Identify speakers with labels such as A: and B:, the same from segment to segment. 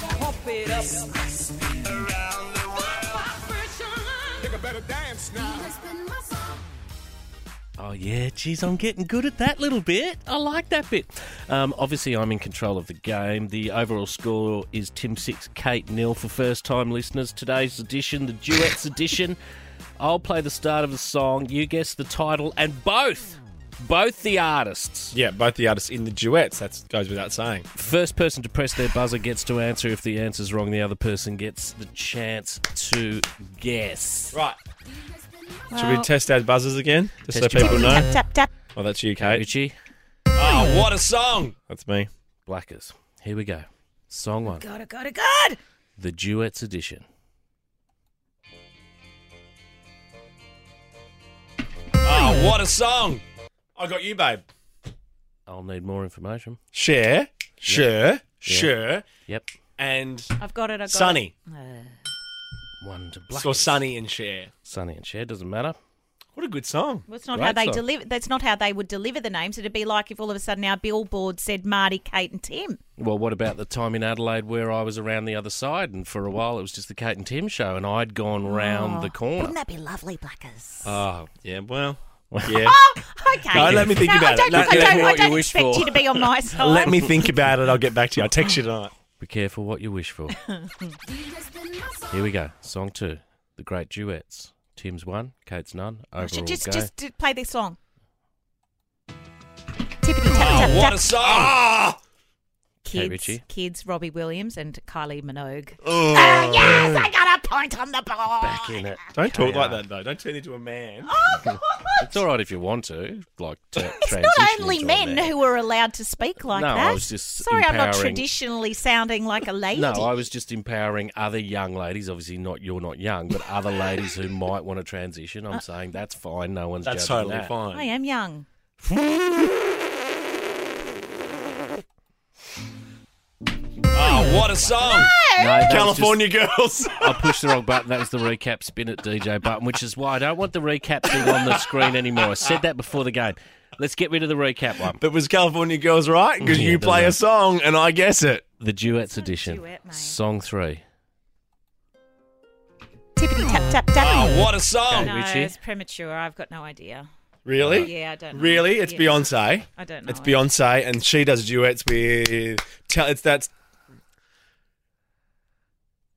A: it up.
B: Around the world.
C: Nigga better dance now.
A: Oh yeah, geez, I'm getting good at that little bit. I like that bit. Um, obviously, I'm in control of the game. The overall score is Tim six, Kate nil for first-time listeners. Today's edition, the duets edition. I'll play the start of the song. You guess the title, and both, both the artists.
D: Yeah, both the artists in the duets. That goes without saying.
A: First person to press their buzzer gets to answer. If the answer's wrong, the other person gets the chance to guess.
D: Right. Should
E: Uh,
D: we test our buzzers again? Just
A: Test
D: so
A: your
D: people know.
A: buzzers.
E: Tap, tap.
D: Oh, that's you, Kate.
A: Richie,
D: Oh, what a song! That's me.
A: Blackers. Here we go. Song one,
E: Got it, got it, got it.
A: the duets edition.
D: Oh, what a song! I got you, babe.
A: I'll need more information.
D: Share, sure, sure,
A: Yep.
D: and
E: I've got it, I got it.
D: Sunny.
A: One to black.
D: Score Sunny and Share.
A: Sunny and Cher doesn't matter.
D: What a good song.
E: Well, it's not
D: Great
E: how they
D: song.
E: deliver. That's not how they would deliver the names. It'd be like if all of a sudden our billboard said Marty, Kate, and Tim.
A: Well, what about the time in Adelaide where I was around the other side and for a while it was just the Kate and Tim show and I'd gone round the corner.
E: Ah. Wouldn't that be lovely, Blackers?
D: Oh, yeah, well, yeah.
E: Oh, okay.
D: No, let me think
E: No,
D: about
E: I don't,
D: it. Let-
E: I don't,
D: let me
E: I
D: what you
E: don't
D: wish
E: expect
D: for.
E: you to be on my side.
D: Let me think about it. I'll get back to you. I'll text you tonight.
A: Be careful what you wish for. Here we go. Song two, the great duets. Tim's one, Kate's none.
E: I
A: Overall
E: should just,
A: go.
E: just d- play this song. Tippity tap tap
D: Oh, what
E: tap.
D: a song! Ah!
A: Kate
E: Kids,
A: Ritchie.
E: kids, Robbie Williams and Kylie Minogue. Ah,
D: Oh.
E: Yes, I got a point on the board.
A: Back in it.
D: Don't talk
A: KR.
D: like that, though. Don't turn into a man.
A: It's all right if you want to. Like, t-
E: It's not only men who are allowed to speak like
A: No,
E: that.
A: I was just
E: Sorry, I'm not
A: empowering-
E: traditionally sounding like a lady.
A: No, I was just empowering other young ladies. Obviously, not you're not young, but other ladies who might want to transition.
E: Uh,
A: I'm saying that's fine. No one's
D: That's
A: judging
D: totally
A: that.
D: fine.
E: I am young.
D: Oh, what a song!
A: No, that was just-
D: California girls.
A: I pushed the wrong button. That was the recap spin it DJ button, which is why I don't want the recap thing on the screen anymore. I said that before the game. Let's get rid of the recap one.
D: but was California girls right? Because
A: Yeah,
D: you play a
A: doesn't
D: song and I guess it.
A: The duets
E: not a
A: edition,
E: duet, mate.
A: song three.
E: Tippity tap tap tap.
D: Oh, what a song!
E: no,
A: Ah, Richie.
E: it's premature. I've got no idea.
D: Really?
E: Yeah, I don't know.
D: Really? It's
E: Yeah.
D: Beyonce.
E: I don't know.
D: It's Beyonce, and she does duets with. Tell it's that's.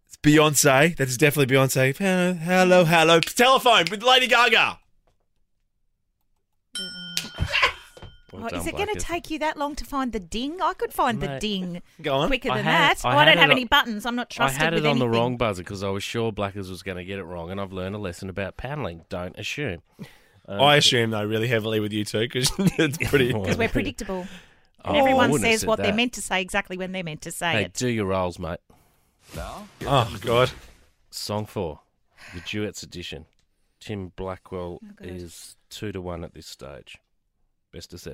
D: It's Beyonce. That's definitely Beyonce. Hello, hello, hello. Telephone with Lady Gaga.
A: Well
E: Oh,
A: done,
E: is it going to
A: Blackers.
E: take you that long to find the ding? I could find the
A: Mate.
E: ding
D: Go on.
E: quicker
A: I
E: than
A: had-
E: that.
A: I
E: I,
A: had
E: don't
A: it
E: have
A: on-
E: any buttons. I'm not
A: I
E: trusted
A: had it
E: with
A: on the
E: anything.
A: wrong buzzer because I was sure Blackers was going to get it wrong, and I've learned a lesson about paneling. Don't assume. Um,
D: I assume though really heavily with you two because it's pretty.
E: because we're predictable. And
A: Oh, I
E: everyone
A: Oh, wouldn't have
E: says
A: said
E: what they're
A: that.
E: meant to say exactly when they're meant to say
A: Hey,
E: it.
A: do your roles, mate.
D: oh God.
A: Song four, the duets edition. Tim Blackwell
E: Oh,
A: is two to one at this stage. Best of seven.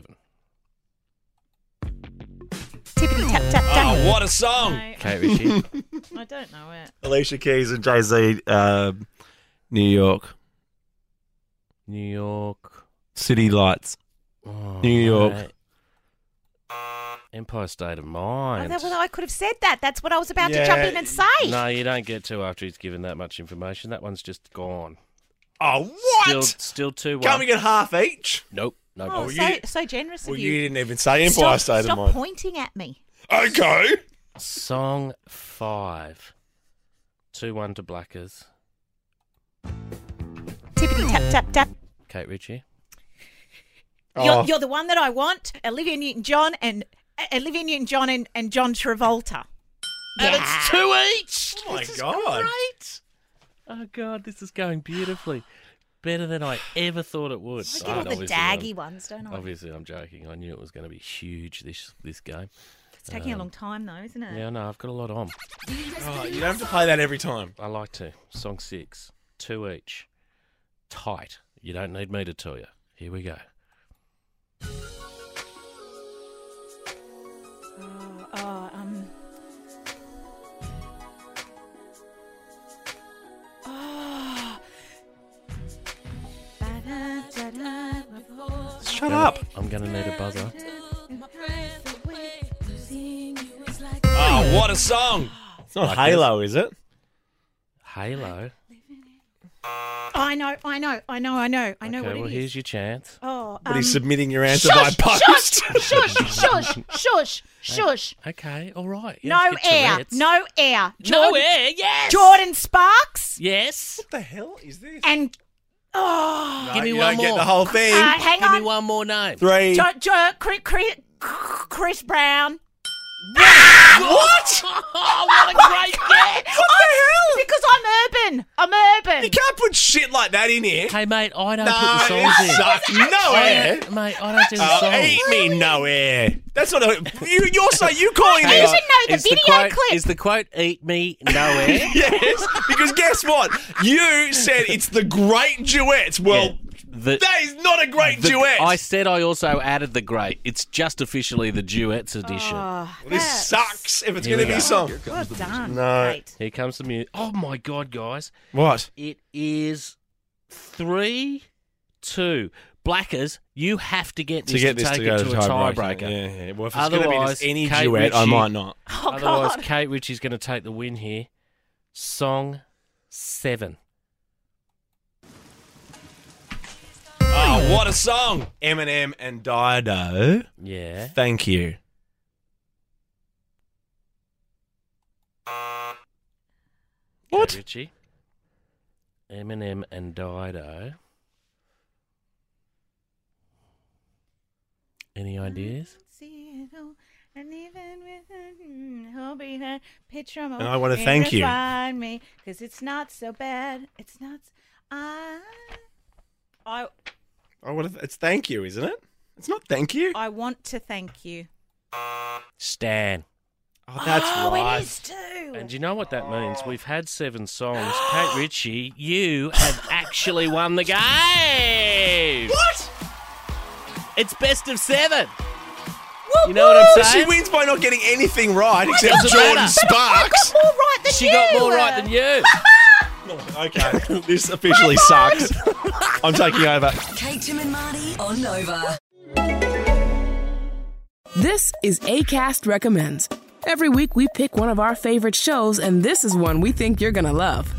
E: Tippity tap tap tap.
D: Oh, what a song!
E: No,
A: Kate Ritchie.
E: I don't know it.
D: Alicia Keys and Jay Z, uh, New York
A: New York.
D: City Lights.
A: Oh,
D: New York.
A: mate. Empire State of
E: Oh,
A: Mind.
E: that, well, I could have said that. That's what I was about to jump
D: Yeah.
E: in and say.
A: no, you don't get to after he's given that much information. That one's just gone.
D: Oh what?
A: Still, still two one.
D: Can't we get half each?
A: nope. No.
E: Oh,
A: goal.
E: so,
D: you-
E: so generous
D: Well,
E: of
D: you
E: you.
D: didn't even say Empire
E: stop
D: State
E: stop
D: of Mind.
E: pointing at me.
D: Okay.
A: Song five. Two one to Blackers.
E: Tippity tap tap tap.
A: Kate Ritchie.
E: You're,
D: Oh.
E: you're the one that I want. Olivia Newton John and uh, Olivia Newton John and, and John Travolta.
A: And
E: Ah.
A: it's two each.
D: Oh my God.
A: Great. Oh god, this is going beautifully. Better than I ever thought it would.
E: I get all the
A: Obviously, I'm-
E: daggy ones, don't I?
A: Obviously, I'm joking. I knew it was going to be huge this this game.
E: It's taking a long time though, isn't it?
A: Yeah, no, I've got a lot on.
D: Oh, you don't have to play that every time.
A: I like to. Song six, two each. Tight. You don't need me to tell you. Here we go.
E: Oh, um. Oh.
D: Shut up.
A: I'm going to need a buzzer.
D: Oh, what Ah, a song! It's not
A: Like
D: Halo, is it?
A: Halo.
E: I know, I know, I know, I know, I know
A: okay,
E: what
A: well,
E: it is.
A: here's your chance.
E: Oh,
D: But
E: um,
D: he's submitting your answer
E: shush,
D: by post.
E: shush, shush, shush, shush.
A: Okay, all right. You
E: No
A: don't get
E: air,
A: Tourette's.
E: no air.
A: no
E: Jordan,
A: air. Yes.
E: Jordan Sparks
A: Yes.
D: What the hell is this?
E: and oh,
D: No,
A: Give me
D: you
A: one
D: don't get
A: more.
D: the whole thing.
E: uh, hang
A: Give me
E: on,
A: one more name.
D: Three.
E: Jo- Jo- Chris, Chris, Chris Brown.
A: What? oh, what a great
E: What the hell? Because I'm urban. I'm urban.
D: You can't put shit like that in here.
A: Hey, mate, I don't
D: No,
A: put the
D: it
A: songs in.
D: sucks. No
A: I
D: air.
A: don't, mate, I don't do the
D: Oh,
A: songs.
D: eat me no air. That's not a. You, you're so you calling
E: You
D: this?
E: should know the
A: is
E: video
A: the quote,
E: clip.
A: Is the quote "Eat me no air"?
D: Yes, because guess what? You said it's the great duets. Well,
A: the,
D: that is not a great
A: the-
D: duet.
A: I said I also added the great. It's just officially the duets edition.
E: Oh.
D: this
E: Yes.
D: sucks if it's
A: Here
D: going to
A: we
D: be
A: go.
D: song.
E: Ah, Well done.
D: No.
E: Kate.
A: Here comes the music. Oh my god, guys!
D: What?
A: It is three, two. Blackers, you have to get this to, take it to, a tiebreaker.
D: Yeah, yeah. Well, if it's going to be
A: Otherwise,
D: just any
A: Kate
D: duet, I
A: Ritchie-
D: might not.
E: Oh,
A: Otherwise,
E: God.
A: Kate Ritchie's going to take the win here. Song seven. Ah,
D: Oh, what a song! Eminem and Dido.
A: Yeah.
D: Thank you.
A: What? Richie. Eminem and Dido. Any
D: Hmm?
A: ideas?
E: And even with a he'll be her picture
D: And I wanna thank you.
E: Me, cause it's not so bad. It's not. I, I,
D: I would. Oh, It's thank you, isn't it? It's not thank you.
E: I want to thank you.
A: Stan.
D: Oh, that's
E: oh,
D: right.
E: it is too.
A: And you know what that means?
D: Oh.
A: We've had seven songs. Kate Ritchie, you have actually won the game.
D: What?
A: It's best of seven.
E: Whoop,
A: You know what I'm
E: whoop.
A: saying?
D: She wins by not getting anything right except
A: doesn't
D: Jordan
A: matter.
D: Sparks.
E: More right than
A: She got
E: you.
A: more right than you.
D: okay, this officially sucks. I'm taking over.
F: Kate, Tim, and Marty on Nova.
G: This is ACAST Recommends. Every week we pick one of our favorite shows, and this is one we think you're gonna love.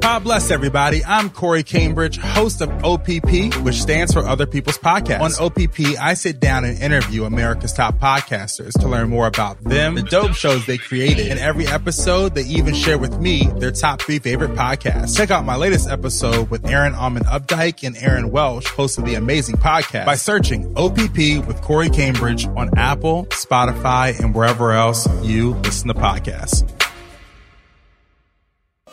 H: God bless everybody. I'm Corey Cambridge, host of OPP, which stands for Other People's Podcast. On OPP, I sit down and interview America's top podcasters to learn more about them, the dope shows they created. In every episode, they even share with me their top three favorite podcasts. Check out my latest episode with Aaron Almond Updike and Aaron Welsh, host of the amazing podcast, by searching OPP with Corey Cambridge on Apple, Spotify, and wherever else you listen to podcasts.